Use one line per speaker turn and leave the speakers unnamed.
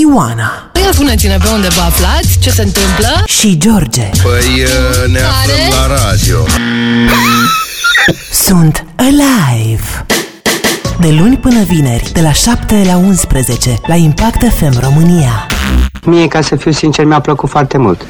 Ioana
Ia spuneți-ne pe unde vă aflați, ce se întâmplă
și George
Păi uh, ne aflăm la radio
sunt Alive! De luni până vineri, de la 7 la 11, la Impact FM România.
Mie, ca să fiu sincer, mi-a plăcut foarte mult.